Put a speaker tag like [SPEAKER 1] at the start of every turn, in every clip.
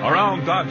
[SPEAKER 1] Quad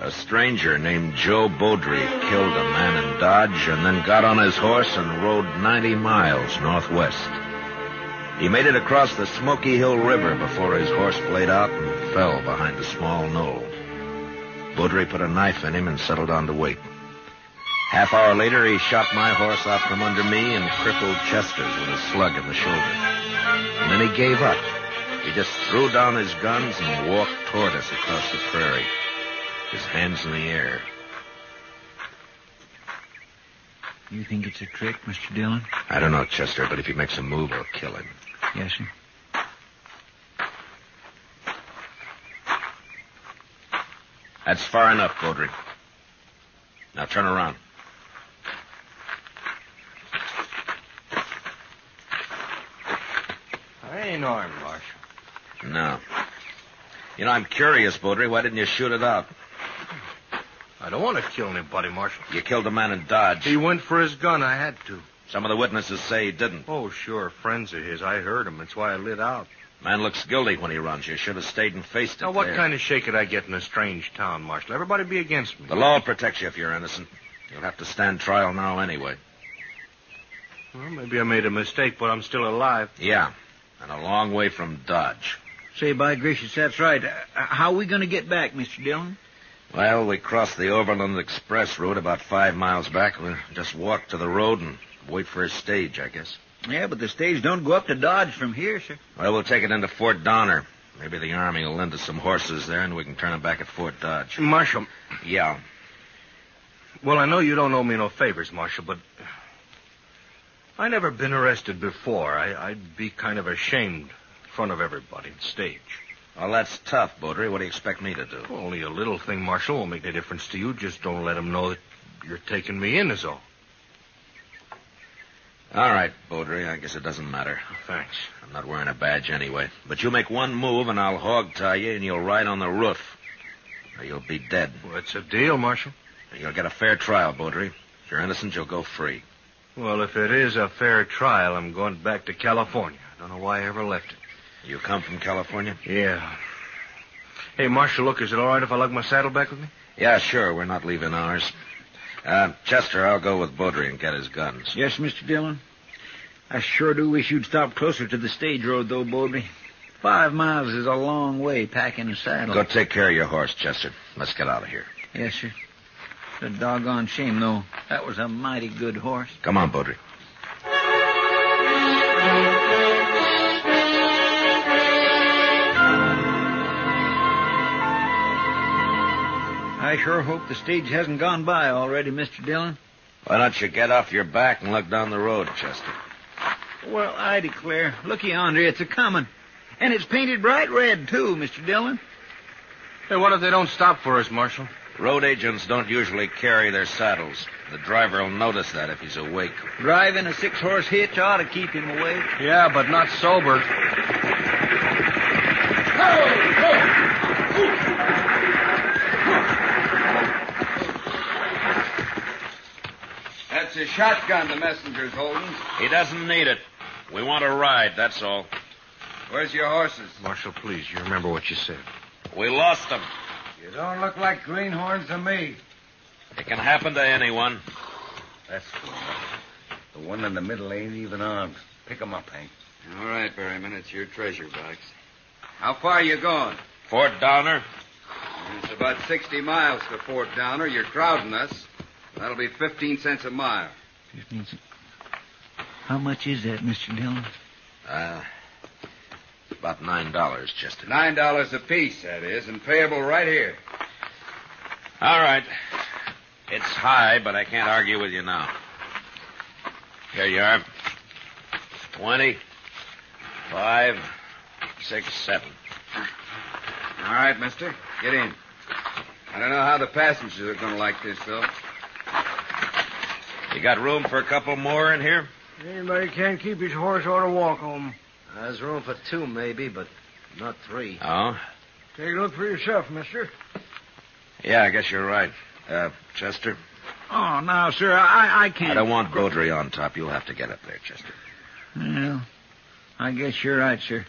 [SPEAKER 2] A stranger named Joe Beaudry killed a man in Dodge and then got on his horse and rode 90 miles northwest. He made it across the Smoky Hill River before his horse played out and fell behind a small knoll. Beaudry put a knife in him and settled on to wait. Half hour later, he shot my horse out from under me and crippled Chester's with a slug in the shoulder. And then he gave up. He just threw down his guns and walked toward us across the prairie his hands in the air.
[SPEAKER 3] You think it's a trick, Mr. Dillon?
[SPEAKER 2] I don't know, Chester, but if he makes a move, I'll kill him.
[SPEAKER 3] Yes, sir.
[SPEAKER 2] That's far enough, Baudry. Now turn around.
[SPEAKER 4] I ain't armed, Marshal.
[SPEAKER 2] No. You know, I'm curious, Baudry. Why didn't you shoot it out?
[SPEAKER 4] I don't want to kill anybody, Marshal.
[SPEAKER 2] You killed a man in Dodge.
[SPEAKER 4] He went for his gun. I had to.
[SPEAKER 2] Some of the witnesses say he didn't.
[SPEAKER 4] Oh, sure. Friends of his. I heard him. That's why I lit out.
[SPEAKER 2] Man looks guilty when he runs. You should have stayed and faced it.
[SPEAKER 4] Now, what
[SPEAKER 2] there.
[SPEAKER 4] kind of shake could I get in a strange town, Marshal? Everybody be against me.
[SPEAKER 2] The law protects you if you're innocent. You'll have to stand trial now anyway.
[SPEAKER 4] Well, maybe I made a mistake, but I'm still alive.
[SPEAKER 2] Yeah, and a long way from Dodge.
[SPEAKER 3] Say, by gracious, that's right. Uh, how are we going to get back, Mr. Dillon?
[SPEAKER 2] Well, we crossed the Overland Express route about five miles back. We just walked to the road and wait for a stage, I guess.
[SPEAKER 3] Yeah, but the stage don't go up to Dodge from here, sir.
[SPEAKER 2] Well, we'll take it into Fort Donner. Maybe the Army will lend us some horses there, and we can turn them back at Fort Dodge.
[SPEAKER 4] Marshal,
[SPEAKER 2] Yeah.
[SPEAKER 4] well, I know you don't owe me no favors, Marshal, but I never been arrested before. I, I'd be kind of ashamed in front of everybody at stage.
[SPEAKER 2] Well, that's tough, Baudry. What do you expect me to do?
[SPEAKER 4] Well, only a little thing, Marshal, won't make any difference to you. Just don't let 'em know that you're taking me in, is all.
[SPEAKER 2] All right, Baudry. I guess it doesn't matter.
[SPEAKER 4] Thanks.
[SPEAKER 2] I'm not wearing a badge anyway. But you make one move, and I'll hog tie you, and you'll ride on the roof. Or you'll be dead.
[SPEAKER 4] Well, it's a deal, Marshal.
[SPEAKER 2] You'll get a fair trial, Baudry. If you're innocent, you'll go free.
[SPEAKER 4] Well, if it is a fair trial, I'm going back to California. I don't know why I ever left it.
[SPEAKER 2] You come from California?
[SPEAKER 4] Yeah. Hey, Marshal, look, is it all right if I lug my saddle back with me?
[SPEAKER 2] Yeah, sure. We're not leaving ours. Uh, Chester, I'll go with Baudry and get his guns.
[SPEAKER 3] Yes, Mr. Dillon. I sure do wish you'd stop closer to the stage road, though, Bowdry. Five miles is a long way packing a saddle.
[SPEAKER 2] Go take care of your horse, Chester. Let's get out of here.
[SPEAKER 3] Yes, sir. It's a doggone shame, though. That was a mighty good horse.
[SPEAKER 2] Come on, Baudry.
[SPEAKER 3] I sure hope the stage hasn't gone by already, Mr. Dillon.
[SPEAKER 2] Why don't you get off your back and look down the road, Chester?
[SPEAKER 3] Well, I declare. Looky yonder, it's a comin'. And it's painted bright red, too, Mr. Dillon.
[SPEAKER 4] Hey, what if they don't stop for us, Marshal?
[SPEAKER 2] Road agents don't usually carry their saddles. The driver will notice that if he's awake.
[SPEAKER 3] Driving a six horse hitch ought to keep him awake.
[SPEAKER 4] Yeah, but not sober.
[SPEAKER 5] That's a shotgun the messenger's holding.
[SPEAKER 2] He doesn't need it. We want a ride, that's all.
[SPEAKER 5] Where's your horses?
[SPEAKER 4] Marshal, please, you remember what you said.
[SPEAKER 2] We lost them.
[SPEAKER 5] You don't look like greenhorns to me.
[SPEAKER 2] It can happen to anyone.
[SPEAKER 5] That's cool. The one in the middle ain't even armed. Pick 'em up, Hank.
[SPEAKER 6] All right, Berryman, it's your treasure box.
[SPEAKER 5] How far are you going?
[SPEAKER 2] Fort Donner?
[SPEAKER 6] It's about 60 miles to Fort Downer. You're crowding us. That'll be 15 cents a mile.
[SPEAKER 7] Just needs it. How much is that, Mr. Dillon?
[SPEAKER 2] Uh, about nine dollars, Chester.
[SPEAKER 6] Nine dollars apiece, that is, and payable right here.
[SPEAKER 2] All right. It's high, but I can't argue with you now. Here you are. Twenty, five, six, seven.
[SPEAKER 6] All right, mister. Get in. I don't know how the passengers are going to like this, though.
[SPEAKER 2] You got room for a couple more in here?
[SPEAKER 8] Anybody can't keep his horse ought to walk home.
[SPEAKER 4] There's room for two, maybe, but not three.
[SPEAKER 2] Oh?
[SPEAKER 8] Take a look for yourself, mister.
[SPEAKER 2] Yeah, I guess you're right. Uh, Chester,
[SPEAKER 7] Oh, now, sir, I, I can't.
[SPEAKER 2] I don't want Beaudry on top. You'll have to get up there, Chester.
[SPEAKER 7] Well, I guess you're right, sir.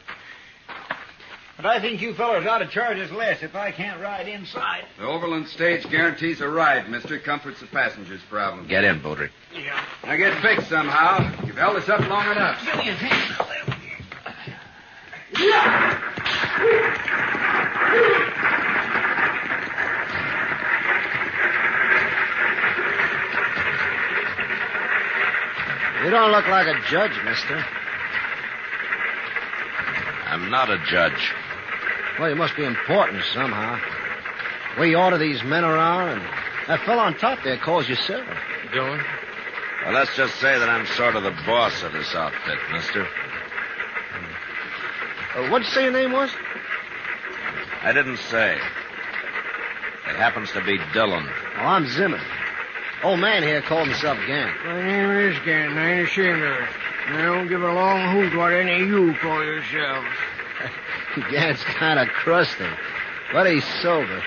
[SPEAKER 7] But I think you fellows ought to charge us less if I can't ride inside.
[SPEAKER 6] The Overland stage guarantees a ride, mister. Comforts the passengers' problem.
[SPEAKER 2] Get in, Beaudry.
[SPEAKER 6] Now get fixed somehow. You've held us up long enough.
[SPEAKER 7] Give me his hand.
[SPEAKER 4] You don't look like a judge, mister.
[SPEAKER 2] I'm not a judge.
[SPEAKER 4] Well, you must be important somehow. We order these men around, and that fellow on top there calls you sir.
[SPEAKER 9] Dillon?
[SPEAKER 2] Well, let's just say that I'm sort of the boss of this outfit, mister.
[SPEAKER 4] Uh, what'd you say your name was?
[SPEAKER 2] I didn't say. It happens to be Dillon.
[SPEAKER 4] Oh, I'm Zimmer. Old man here called himself Gant.
[SPEAKER 8] My name is Gant, and I ain't ashamed of it. And I don't give a long hoot what any of you call yourselves.
[SPEAKER 4] Gant's kind of crusty, but he's sober.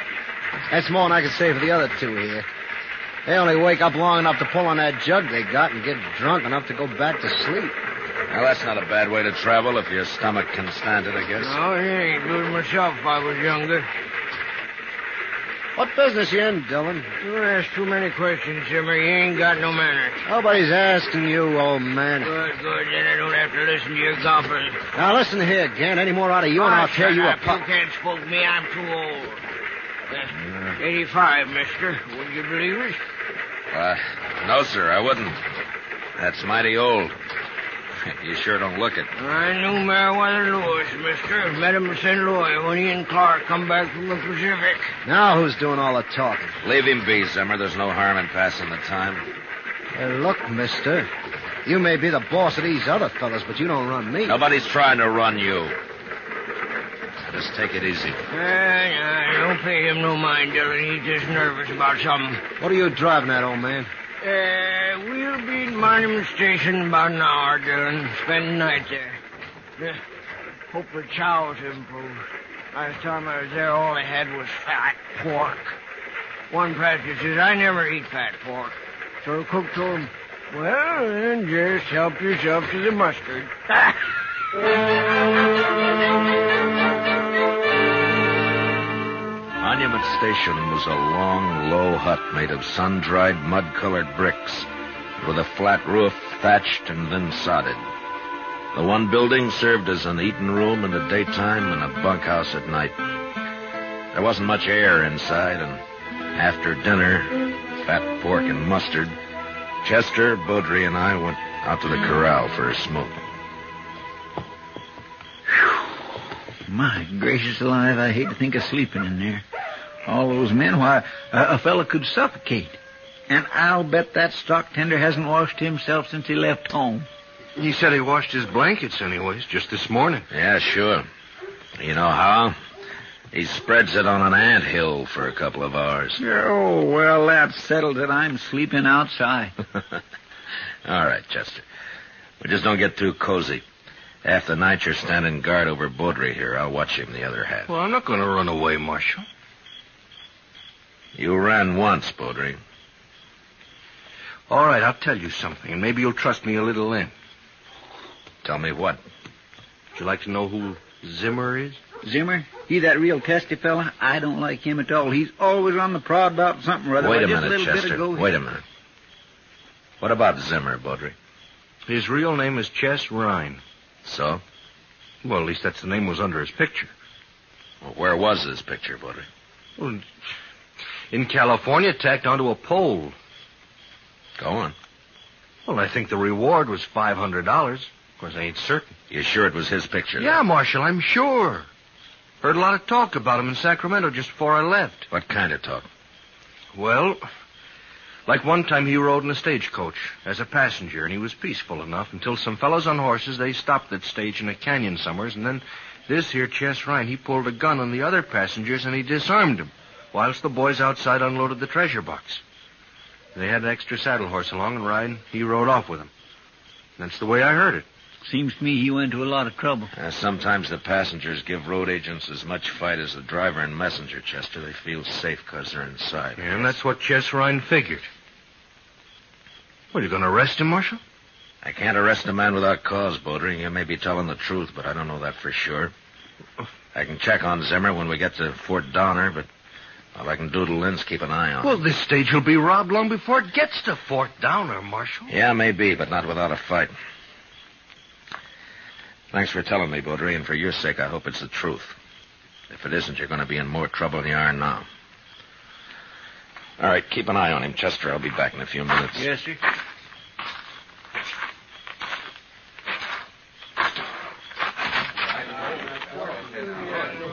[SPEAKER 4] That's more than I can say for the other two here. They only wake up long enough to pull on that jug they got and get drunk enough to go back to sleep.
[SPEAKER 2] Now, that's not a bad way to travel if your stomach can stand it, I guess.
[SPEAKER 8] No, it Oh, ain't. Do it myself if I was younger.
[SPEAKER 4] What business you in, Dillon?
[SPEAKER 8] You ask too many questions, Jimmy. You ain't got no manners.
[SPEAKER 4] Nobody's asking you, old man.
[SPEAKER 8] Good, good. Then I don't have to listen to your gobbling.
[SPEAKER 4] Now listen here, Gant. Any more out of you, and I'll tear you
[SPEAKER 8] up. You
[SPEAKER 4] apart.
[SPEAKER 8] can't spoke me. I'm too old. Uh, 85, mister. Would you believe it?
[SPEAKER 2] Uh, no, sir, I wouldn't. That's mighty old. you sure don't look it.
[SPEAKER 8] I knew Meriwether Lewis, mister. Met him in St. Louis when he and Clark come back from the Pacific.
[SPEAKER 4] Now who's doing all the talking?
[SPEAKER 2] Leave him be, Zimmer. There's no harm in passing the time.
[SPEAKER 4] Hey, look, mister. You may be the boss of these other fellas, but you don't run me.
[SPEAKER 2] Nobody's trying to run you. Now, Just take it easy.
[SPEAKER 8] Uh, nah, don't pay him no mind, Dylan. He's just nervous about something.
[SPEAKER 4] What are you driving at, old man?
[SPEAKER 8] Uh, we'll be at Monument Station in about an hour, Dylan. Spend the night there. Uh, hope the chow's improved. Last time I was there, all they had was fat pork. One passenger says, I never eat fat pork. So the cook told him, well, then just help yourself to the mustard.
[SPEAKER 2] Monument Station was a long, low hut made of sun-dried, mud-colored bricks, with a flat roof, thatched and then sodded. The one building served as an eating room in the daytime and a bunkhouse at night. There wasn't much air inside, and after dinner, fat pork and mustard, Chester, Beaudry, and I went out to the corral for a smoke.
[SPEAKER 7] My gracious alive, I hate to think of sleeping in there. All those men, why, a, a fella could suffocate. And I'll bet that stock tender hasn't washed himself since he left home.
[SPEAKER 9] He said he washed his blankets, anyways, just this morning.
[SPEAKER 2] Yeah, sure. You know how? He spreads it on an ant hill for a couple of hours.
[SPEAKER 7] Oh, well, that settles it. I'm sleeping outside.
[SPEAKER 2] All right, Chester. We just don't get too cozy. Half the night you're standing guard over Baudry here. I'll watch him the other half.
[SPEAKER 9] Well, I'm not going to run away, Marshal.
[SPEAKER 2] You ran once, Baudry.
[SPEAKER 9] All right, I'll tell you something, and maybe you'll trust me a little then.
[SPEAKER 2] Tell me what.
[SPEAKER 9] Would you like to know who Zimmer is?
[SPEAKER 7] Zimmer, he that real testy fella, I don't like him at all. He's always on the prod about something or other.
[SPEAKER 2] Wait a
[SPEAKER 7] Well, just
[SPEAKER 2] minute,
[SPEAKER 7] little bit
[SPEAKER 2] Chester.
[SPEAKER 7] ago-
[SPEAKER 2] Wait a minute. What about Zimmer, Baudry?
[SPEAKER 9] His real name is Chess Rhine.
[SPEAKER 2] So?
[SPEAKER 9] Well, at least that's the name was under his picture.
[SPEAKER 2] Well, where was this picture, Baudry?
[SPEAKER 9] Well, In California, tacked onto a pole.
[SPEAKER 2] Go on.
[SPEAKER 4] Well, I think the reward was $500. Of course, I ain't certain.
[SPEAKER 2] You're sure it was his picture? then?
[SPEAKER 4] Yeah, Marshal, I'm sure. Heard a lot of talk about him in Sacramento just before I left.
[SPEAKER 2] What kind of talk?
[SPEAKER 4] Well, like one time he rode in a stagecoach as a passenger, and he was peaceful enough until some fellows on horses, they stopped that stage in a canyon somewheres, and then this here Chess Ryan, he pulled a gun on the other passengers and he disarmed 'em, whilst the boys outside unloaded the treasure box. They had an extra saddle horse along, and Ryan, he rode off with him. That's the way I heard it.
[SPEAKER 10] Seems to me he went to a lot of trouble.
[SPEAKER 2] Uh, sometimes the passengers give road agents as much fight as the driver and messenger, Chester. They feel safe because they're inside.
[SPEAKER 4] And that's what Chess Ryan figured. Well, you going to arrest him, Marshal?
[SPEAKER 2] I can't arrest a man without cause, Bodring. You may be telling the truth, but I don't know that for sure. I can check on Zimmer when we get to Fort Donner, but all I can do to Lynn's keep an eye on
[SPEAKER 4] Well,
[SPEAKER 2] him.
[SPEAKER 4] this stage will be robbed long before it gets to Fort Downer, Marshal.
[SPEAKER 2] Yeah, maybe, but not without a fight. Thanks for telling me, Baudry, and for your sake, I hope it's the truth. If it isn't, you're going to be in more trouble than you are now. All right, keep an eye on him, Chester. I'll be back in a few minutes.
[SPEAKER 10] Yes, sir.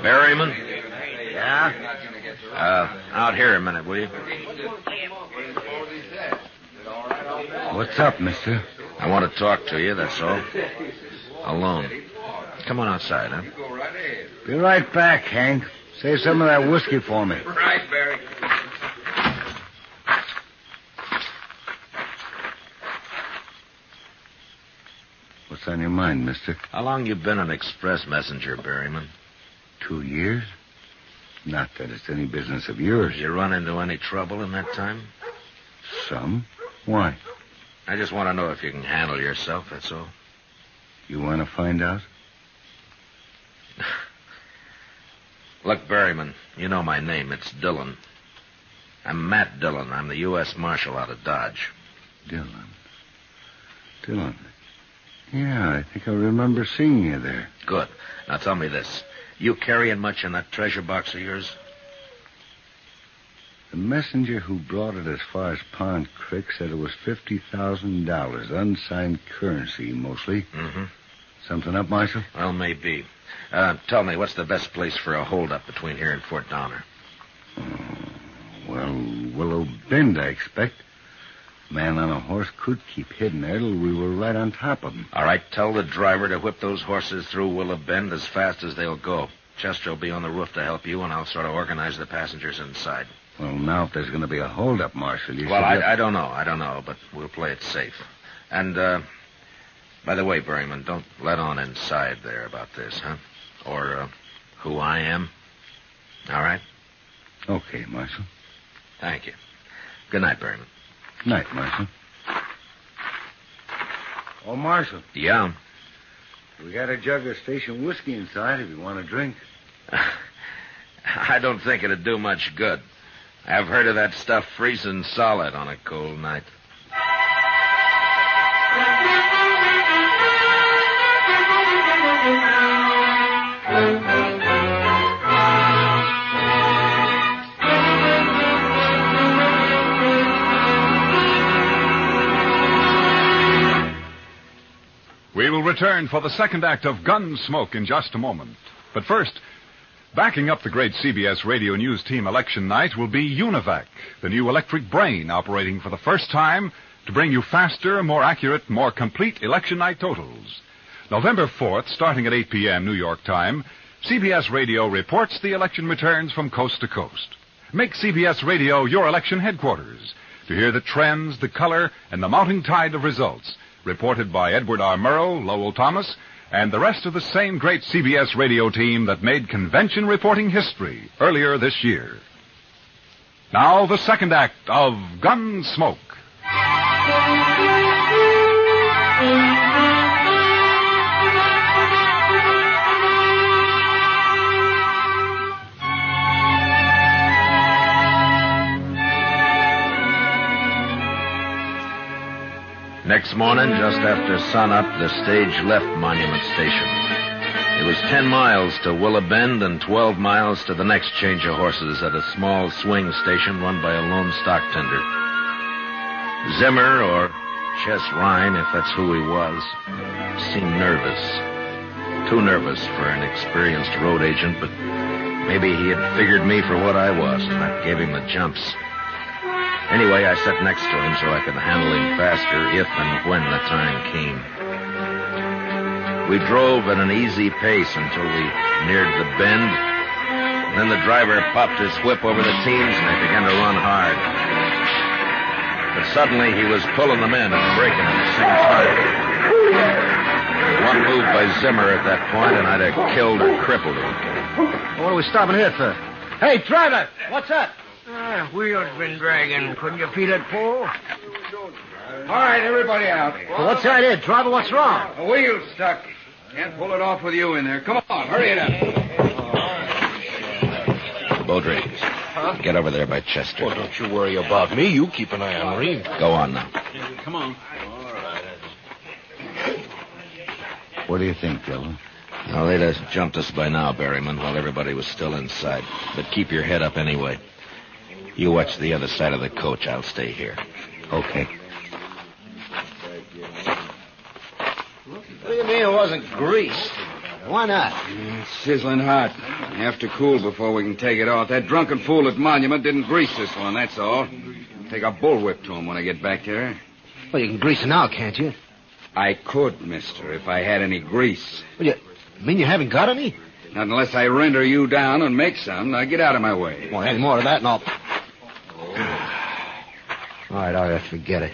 [SPEAKER 2] Berryman? Yeah? Uh, out here a minute, will you?
[SPEAKER 7] What's up, mister?
[SPEAKER 2] I want to talk to you, that's all. Alone. Come on outside, huh?
[SPEAKER 7] Be right back, Hank. Save some of that whiskey for me.
[SPEAKER 2] Right, Barry.
[SPEAKER 7] What's on your mind, mister?
[SPEAKER 2] How long you been an express messenger, Berryman?
[SPEAKER 7] Two years? Not that it's any business of yours.
[SPEAKER 2] Did you run into any trouble in that time?
[SPEAKER 7] Some? Why?
[SPEAKER 2] I just want to know if you can handle yourself, that's all.
[SPEAKER 7] You want to find out?
[SPEAKER 2] Look, Berryman, you know my name. It's Dillon. I'm Matt Dillon. I'm the U.S. Marshal out of Dodge.
[SPEAKER 7] Dylan. Dylan. Yeah, I think I remember seeing you there.
[SPEAKER 2] Good. Now tell me this. You carrying much in that treasure box of yours?
[SPEAKER 7] The messenger who brought it as far as Pond Creek said it was $50,000, unsigned currency mostly.
[SPEAKER 2] Mm-hmm.
[SPEAKER 7] Something up, Marshal?
[SPEAKER 2] Well, maybe. Uh, tell me, what's the best place for a holdup between here and Fort Donner?
[SPEAKER 7] Well, Willow Bend, I expect. Man on a horse could keep hidden there till we were right on top of him.
[SPEAKER 2] All right, tell the driver to whip those horses through Willow Bend as fast as they'll go. Chester will be on the roof to help you, and I'll sort of organize the passengers inside.
[SPEAKER 7] Well, now if there's going to be a holdup, Marshal, you
[SPEAKER 2] well,
[SPEAKER 7] should...
[SPEAKER 2] I, I don't know. I don't know, but we'll play it safe. And, uh, by the way, Berryman, don't let on inside there about this, huh? Or, uh, who I am. All right?
[SPEAKER 7] Okay, Marshal.
[SPEAKER 2] Thank you. Good night, Berryman.
[SPEAKER 7] Night, Marshal. Oh, Marshal,
[SPEAKER 2] Yeah.
[SPEAKER 7] we got a jug of station whiskey inside if you want a drink.
[SPEAKER 2] I don't think it'd do much good. I've heard of that stuff freezing solid on a cold night.
[SPEAKER 1] We will return for the second act of Gunsmoke in just a moment. But first, backing up the great CBS radio news team election night will be UNIVAC, the new electric brain operating for the first time to bring you faster, more accurate, more complete election night totals. November 4th, starting at 8 p.m. New York time, CBS Radio reports the election returns from coast to coast. Make CBS Radio your election headquarters to hear the trends, the color, and the mounting tide of results reported by Edward R. Murrow, Lowell Thomas, and the rest of the same great CBS radio team that made convention reporting history earlier this year. Now, the second act of Gunsmoke.
[SPEAKER 2] Next morning, just after sunup, the stage left Monument Station. It was 10 miles to Willow Bend and 12 miles to the next change of horses at a small swing station run by a lone stock tender. Zimmer, or Chess Ryan, if that's who he was, seemed nervous. Too nervous for an experienced road agent, but maybe he had figured me for what I was, and that gave him the jumps. Anyway, I sat next to him so I could handle him faster if and when the time came. We drove at an easy pace until we neared the bend. Then the driver popped his whip over the teams and they began to run hard. But suddenly he was pulling them in and braking at the same time. One move by Zimmer at that point and I'd have killed or crippled him.
[SPEAKER 4] What are we stopping here for? Hey, driver! What's up?
[SPEAKER 8] Ah, wheel's been dragging. Couldn't you feel it, Paul?
[SPEAKER 3] All right, everybody out.
[SPEAKER 4] What's the idea? Driver, what's wrong?
[SPEAKER 3] The wheel's stuck. Can't pull it off with you in there. Come on, hurry it up.
[SPEAKER 2] Beaudry, get over there by Chester.
[SPEAKER 9] Well, don't you worry about me. You keep an eye on Reeve.
[SPEAKER 2] Go on now.
[SPEAKER 6] What do you think, Dillon?
[SPEAKER 2] Now, they'd have jumped us by now, Berryman, while everybody was still inside. But keep your head up anyway. You watch the other side of the coach. I'll stay here.
[SPEAKER 6] Okay.
[SPEAKER 4] What do you mean it wasn't greased? Why not?
[SPEAKER 3] It's sizzling hot. We have to cool before we can take it off. That drunken fool at Monument didn't grease this one, that's all. Take a bullwhip to him when I get back there.
[SPEAKER 4] Well, you can grease it now, can't you?
[SPEAKER 3] I could, mister, if I had any grease.
[SPEAKER 4] Well, you mean you haven't got any?
[SPEAKER 3] Not unless I render you down and make some. Now get out of my way.
[SPEAKER 4] Well, any more of that, and I'll. All right, all right, forget it.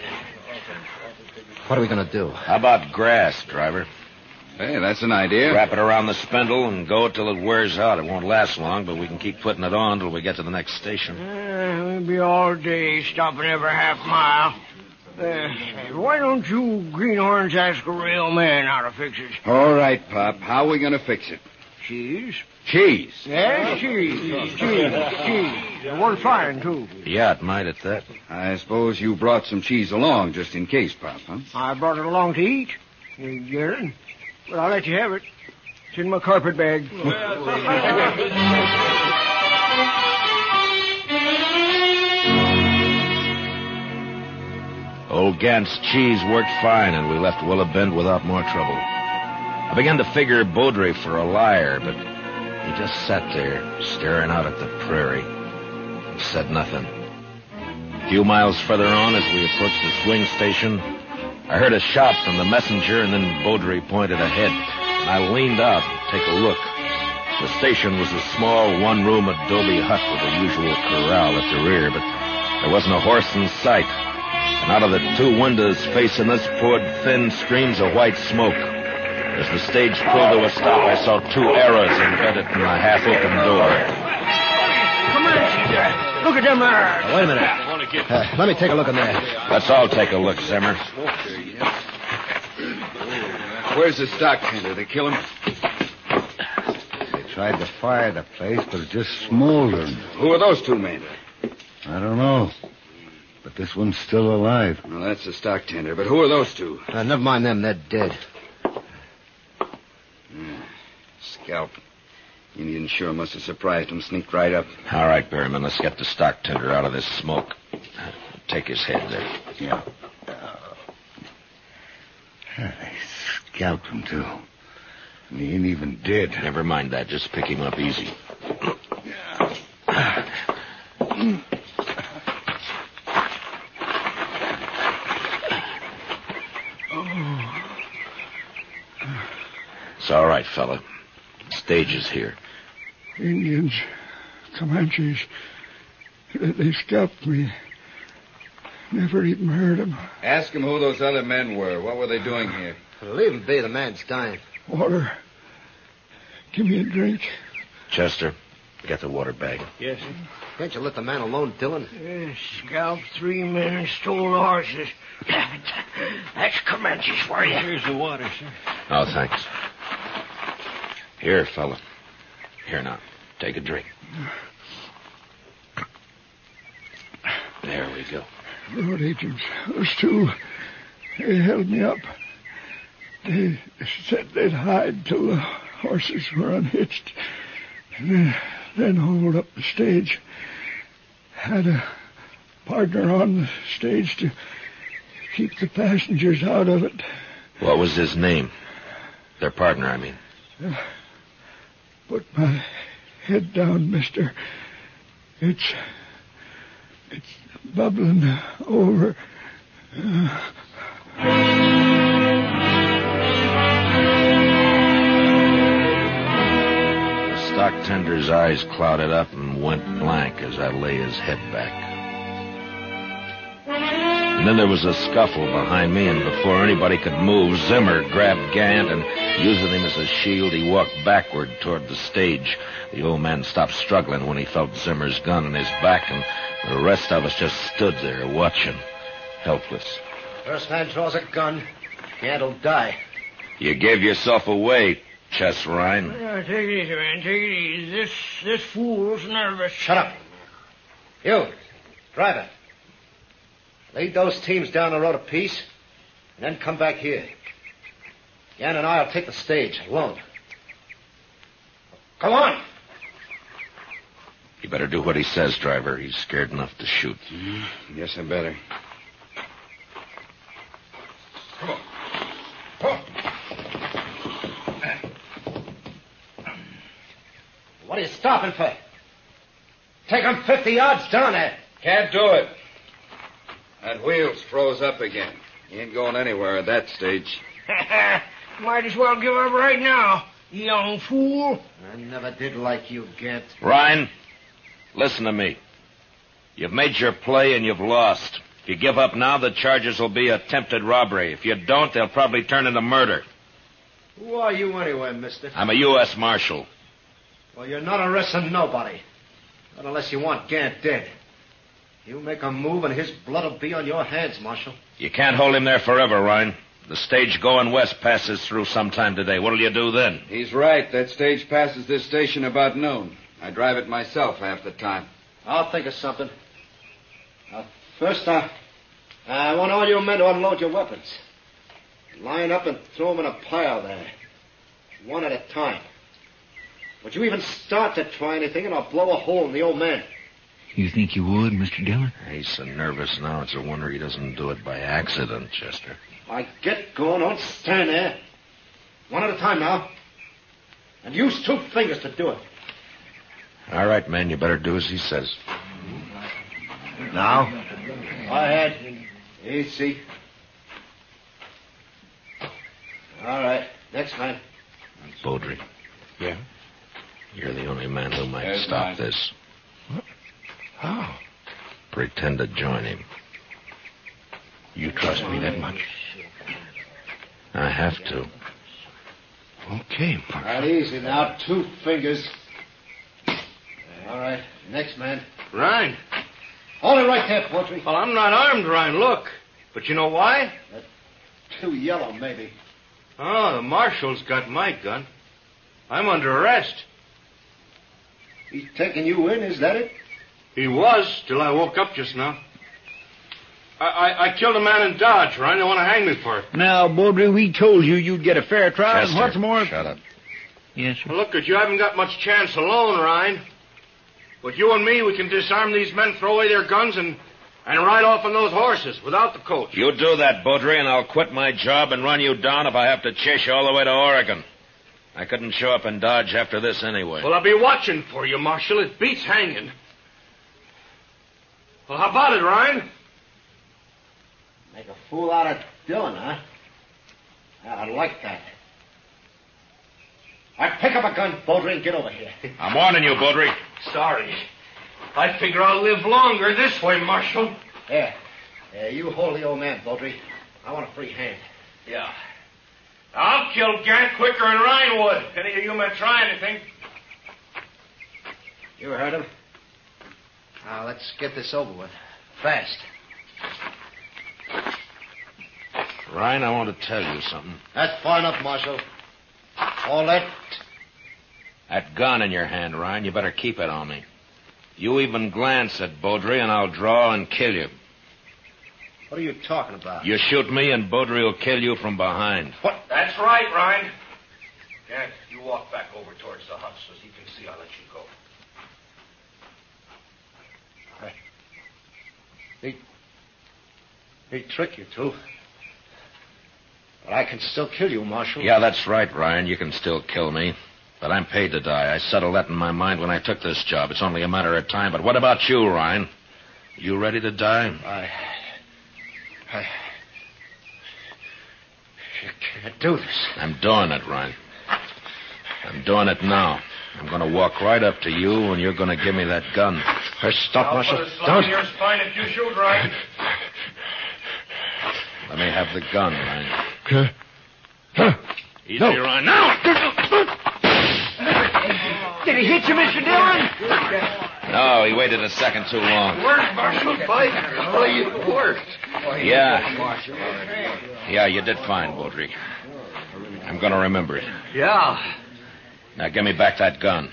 [SPEAKER 4] What are we going to do?
[SPEAKER 2] How about grass, driver?
[SPEAKER 3] Hey, that's an idea.
[SPEAKER 2] Wrap it around the spindle and go till it wears out. It won't last long, but we can keep putting it on till we get to the next station.
[SPEAKER 8] Uh, we'll be all day stopping every half mile. Uh, say, why don't you greenhorns ask a real man how to fix it?
[SPEAKER 3] All right, Pop. How are we going to fix it?
[SPEAKER 8] Cheese?
[SPEAKER 3] Cheese.
[SPEAKER 8] Yes, Eh, cheese. Cheese. Cheese. It worked fine, too.
[SPEAKER 2] Yeah, it might at that.
[SPEAKER 3] I suppose you brought some cheese along just in case, Pop, huh?
[SPEAKER 8] I brought it along to eat. You get it? But I'll let you have it. It's in my carpet bag.
[SPEAKER 2] Old Gant's cheese worked fine, and we left Willa Bend without more trouble. I began to figure Beaudry for a liar, but he just sat there, staring out at the prairie, and said nothing. A few miles further on, as we approached the swing station, I heard a shot from the messenger, and then Beaudry pointed ahead. And I leaned out to take a look. The station was a small one-room adobe hut with the usual corral at the rear, but there wasn't a horse in sight. And out of the two windows facing us poured thin streams of white smoke. As the stage pulled to a stop, I saw two arrows embedded in the half-open door.
[SPEAKER 8] Come on, Caesar. Look at them arrows.
[SPEAKER 4] Wait a minute. Uh, let me take a look in there.
[SPEAKER 2] Let's all take a look, Zimmer.
[SPEAKER 3] Where's the stock tender to kill him?
[SPEAKER 6] They tried to fire the place, but it just smoldered.
[SPEAKER 3] Who are those two men?
[SPEAKER 6] I don't know. But this one's still alive.
[SPEAKER 3] Well, that's the stock tender, but who are those two?
[SPEAKER 4] Uh, never mind them. They're dead.
[SPEAKER 3] Scalp. Indian sure must have surprised him, sneaked right up.
[SPEAKER 2] All right, Berryman, let's get the stock tender out of this smoke. Take his head there.
[SPEAKER 6] Yeah. They scalped him, too. And he ain't even dead.
[SPEAKER 2] Never mind that. Just pick him up easy. It's all right, fella. Stage is here.
[SPEAKER 11] Indians, Comanches. They- They scalped me. Never even heard of 'em.
[SPEAKER 3] Ask him who those other men were. What were they doing here?
[SPEAKER 4] Leave him be. The man's dying.
[SPEAKER 11] Water. Give me a drink.
[SPEAKER 2] Chester, get the water bag.
[SPEAKER 4] Can't you let the man alone, Dillon?
[SPEAKER 8] Uh, scalped three men and stole the horses. That's Comanches for you.
[SPEAKER 9] Here's the water, sir.
[SPEAKER 2] Oh, thanks. Here, fella. Here now. Take a drink. There we go.
[SPEAKER 11] Road agents. Those two. They held me up. They said they'd hide till the horses were unhitched. And then, then hold up the stage. Had a partner on the stage to keep the passengers out of it.
[SPEAKER 2] What was his name? Their partner, I mean.
[SPEAKER 11] Put my head down, mister. It's. It's bubbling over. Uh,
[SPEAKER 2] The stocktender's eyes clouded up and went blank as I lay his head back. And then there was a scuffle behind me, and before anybody could move, Zimmer grabbed Gant and, using him as a shield, he walked backward toward the stage. The old man stopped struggling when he felt Zimmer's gun in his back, and the rest of us just stood there watching, helpless.
[SPEAKER 4] First man draws a gun, Gant'll die.
[SPEAKER 2] You gave yourself away, Chess Ryan.
[SPEAKER 8] Yeah, take it easy, man. Take it easy. This this fool's nervous.
[SPEAKER 4] Shut up. You, driver, lead those teams down the road a piece, and then come back here. Jan and I'll take the stage alone. Come on.
[SPEAKER 2] You better do what he says, driver. He's scared enough to shoot.
[SPEAKER 3] Yes, I better.
[SPEAKER 4] What are you stopping for? Take 'em 50 yards down there.
[SPEAKER 3] Can't do it. That wheel's froze up again. He ain't going anywhere at that stage.
[SPEAKER 8] Might as well give up right now, young fool.
[SPEAKER 4] I never did like you, Gant.
[SPEAKER 2] Ryan, listen to me. You've made your play and you've lost. If you give up now, the charges will be attempted robbery. If you don't, they'll probably turn into murder.
[SPEAKER 4] Who are you anyway, mister?
[SPEAKER 2] I'm a U.S. Marshal.
[SPEAKER 4] Well, you're not arresting nobody. Not unless you want Gant dead. You make a move and his blood'll be on your hands, Marshal.
[SPEAKER 2] You can't hold him there forever, Ryan. The stage going west passes through sometime today. What'll you do then?
[SPEAKER 3] He's right. That stage passes this station about noon. I drive it myself half the time.
[SPEAKER 4] I'll think of something. Uh, first, I, I want all you men to unload your weapons. Line up and throw 'em in a pile there. One at a time. Would you even start to try anything and I'll blow a hole in the old man?
[SPEAKER 7] You think you would, Mr. Dillon?
[SPEAKER 2] He's so nervous now, it's a wonder he doesn't do it by accident, Chester.
[SPEAKER 4] I get going. Don't stand there. One at a time now. And use two fingers to do it.
[SPEAKER 2] All right, man, you better do as he says.
[SPEAKER 4] Now? Go ahead. Easy. All right. Next man.
[SPEAKER 2] Beaudry.
[SPEAKER 9] Yeah?
[SPEAKER 2] You're the only man who might
[SPEAKER 3] Yes,
[SPEAKER 2] stop
[SPEAKER 3] ma'am.
[SPEAKER 2] this. Oh.
[SPEAKER 9] How?
[SPEAKER 2] Pretend to join him.
[SPEAKER 9] You trust me that much?
[SPEAKER 2] I have to.
[SPEAKER 9] Okay,
[SPEAKER 4] All
[SPEAKER 9] Mark.
[SPEAKER 4] right, easy now. Two fingers. All right. Next man.
[SPEAKER 9] Ryan.
[SPEAKER 4] Hold it right there, Poultry.
[SPEAKER 9] Well, I'm not armed, Ryan. Look. But you know why?
[SPEAKER 4] Too yellow, maybe.
[SPEAKER 9] Oh, the marshal's got my gun. I'm under arrest.
[SPEAKER 4] He's taking you in, is that it?
[SPEAKER 9] He was, till I woke up just now. I, I, I killed a man in Dodge, Ryan. They want to hang me for it.
[SPEAKER 7] Now, Baudry, we told you you'd get a fair trial. and
[SPEAKER 2] Chester,
[SPEAKER 7] what's more...
[SPEAKER 2] Shut up.
[SPEAKER 7] Yes, sir.
[SPEAKER 9] Well, look, at you haven't got much chance alone, Ryan. But you and me, we can disarm these men, throw away their guns, and, and ride off on those horses without the coach.
[SPEAKER 2] You do that, Beaudry, and I'll quit my job and run you down if I have to chase you all the way to Oregon. I couldn't show up in Dodge after this anyway.
[SPEAKER 9] Well, I'll be watching for you, Marshal. It beats hanging. Well, how about it, Ryan?
[SPEAKER 4] Make a fool out of Dylan, huh? Yeah, I like that. I pick up a gun, Baudry, and get over here.
[SPEAKER 2] I'm warning you, Beaudry.
[SPEAKER 9] Sorry. I figure I'll live longer this way, Marshal.
[SPEAKER 4] There. There, you hold the old man, Baudry. I want a free hand.
[SPEAKER 9] Yeah. I'll kill Gant quicker than Ryan would. if Any of you men try anything?
[SPEAKER 4] You heard him. Now, let's get this over with. Fast.
[SPEAKER 2] Ryan, I want to tell you something.
[SPEAKER 4] That's far enough, Marshal. All that.
[SPEAKER 2] That gun in your hand, Ryan, you better keep it on me. You even glance at Beaudry, and I'll draw and kill you.
[SPEAKER 4] What are you talking about?
[SPEAKER 2] You shoot me, and Beaudry will kill you from behind.
[SPEAKER 9] That's right, Ryan. Gant, you walk back over towards the house so as he can see I'll let you go.
[SPEAKER 12] Big trick, you two. But I can still kill you, Marshal.
[SPEAKER 2] Yeah, that's right, Ryan. You can still kill me. But I'm paid to die. I settled that in my mind when I took this job. It's only a matter of time. But what about you, Ryan? You ready to die?
[SPEAKER 12] I. I. You can't do this.
[SPEAKER 2] I'm doing it, Ryan. I'm doing it now. I'm going to walk right up to you, and you're going to give me that gun. Hey, stop, Marshal. Don't.
[SPEAKER 13] spine if you shoot right.
[SPEAKER 2] Let me have the gun, Ryan.
[SPEAKER 11] Okay.
[SPEAKER 2] Easy, Ryan. Now!
[SPEAKER 8] Did he hit you, Mr. Dillon?
[SPEAKER 2] No, he waited a second too long.
[SPEAKER 8] Worked, Marshal. Fight. Oh, you worked.
[SPEAKER 2] Yeah. Yeah, you did fine, Baudry. I'm going to remember it.
[SPEAKER 12] Yeah.
[SPEAKER 2] Now give me back that gun.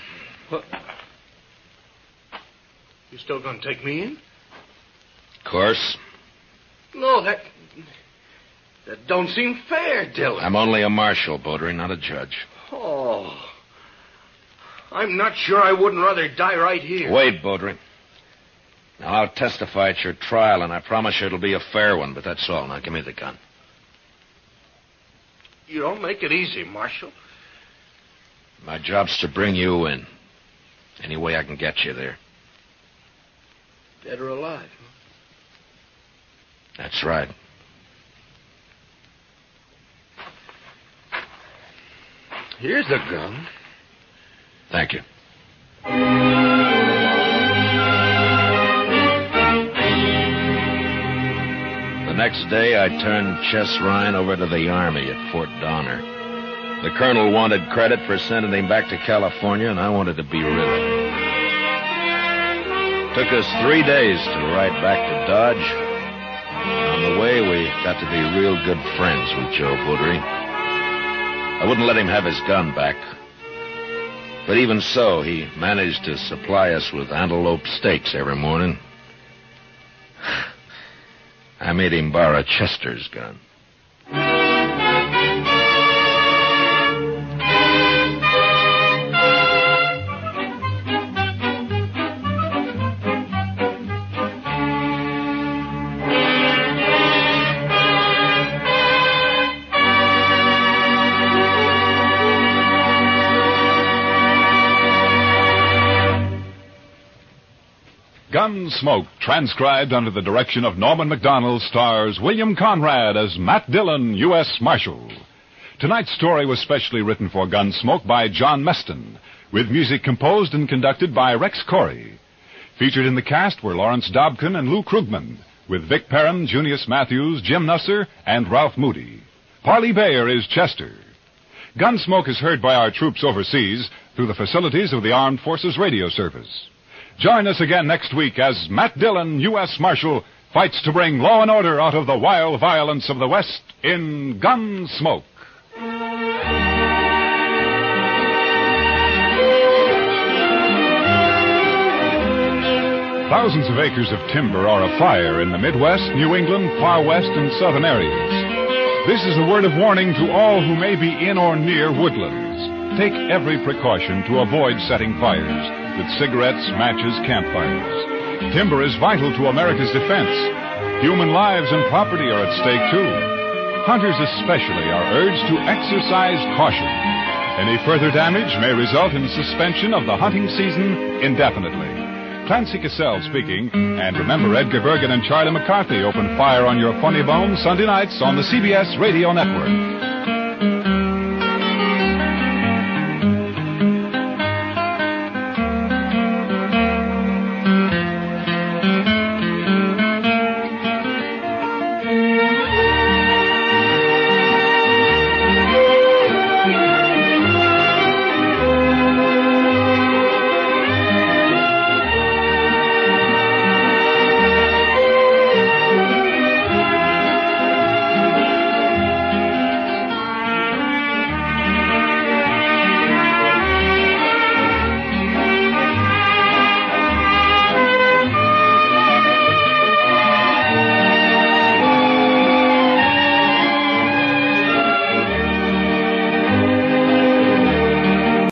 [SPEAKER 12] You still gonna take me in?
[SPEAKER 2] Of course.
[SPEAKER 12] No, that. That don't seem fair, Dillon.
[SPEAKER 2] I'm only a marshal, Baudry, not a judge.
[SPEAKER 12] Oh. I'm not sure I wouldn't rather die right here.
[SPEAKER 2] Wait, Baudry. Now, I'll testify at your trial, and I promise you it'll be a fair one, but that's all. Now, give me the gun.
[SPEAKER 12] You don't make it easy, Marshal.
[SPEAKER 2] My job's to bring you in. Any way I can get you there.
[SPEAKER 12] Dead or alive.
[SPEAKER 2] That's right.
[SPEAKER 12] Here's the gun.
[SPEAKER 2] Thank you. The next day, I turned Chess Ryan over to the Army at Fort Donner. The colonel wanted credit for sending him back to California, and I wanted to be rid of him. Took us three days to ride back to Dodge. On the way, we got to be real good friends with Joe Bootery. I wouldn't let him have his gun back. But even so, he managed to supply us with antelope steaks every morning. I made him borrow Chester's gun.
[SPEAKER 1] Gunsmoke, transcribed under the direction of Norman MacDonald, stars William Conrad as Matt Dillon, U.S. Marshal. Tonight's story was specially written for Gunsmoke by John Meston, with music composed and conducted by Rex Corey. Featured in the cast were Lawrence Dobkin and Lou Krugman, with Vic Perrin, Junius Matthews, Jim Nusser, and Ralph Moody. Parley Bayer is Chester. Gunsmoke is heard by our troops overseas through the facilities of the Armed Forces Radio Service. Join us again next week as Matt Dillon, U.S. Marshal, fights to bring law and order out of the wild violence of the West in Gunsmoke. Thousands of acres of timber are afire in the Midwest, New England, far west, and southern areas. This is a word of warning to all who may be in or near woodlands. Take every precaution to avoid setting fires with cigarettes, matches, campfires. Timber is vital to America's defense. Human lives and property are at stake, too. Hunters, especially, are urged to exercise caution. Any further damage may result in suspension of the hunting season indefinitely. Clancy Cassell speaking, and remember Edgar Bergen and Charlie McCarthy open fire on your funny bone Sunday nights on the CBS Radio Network.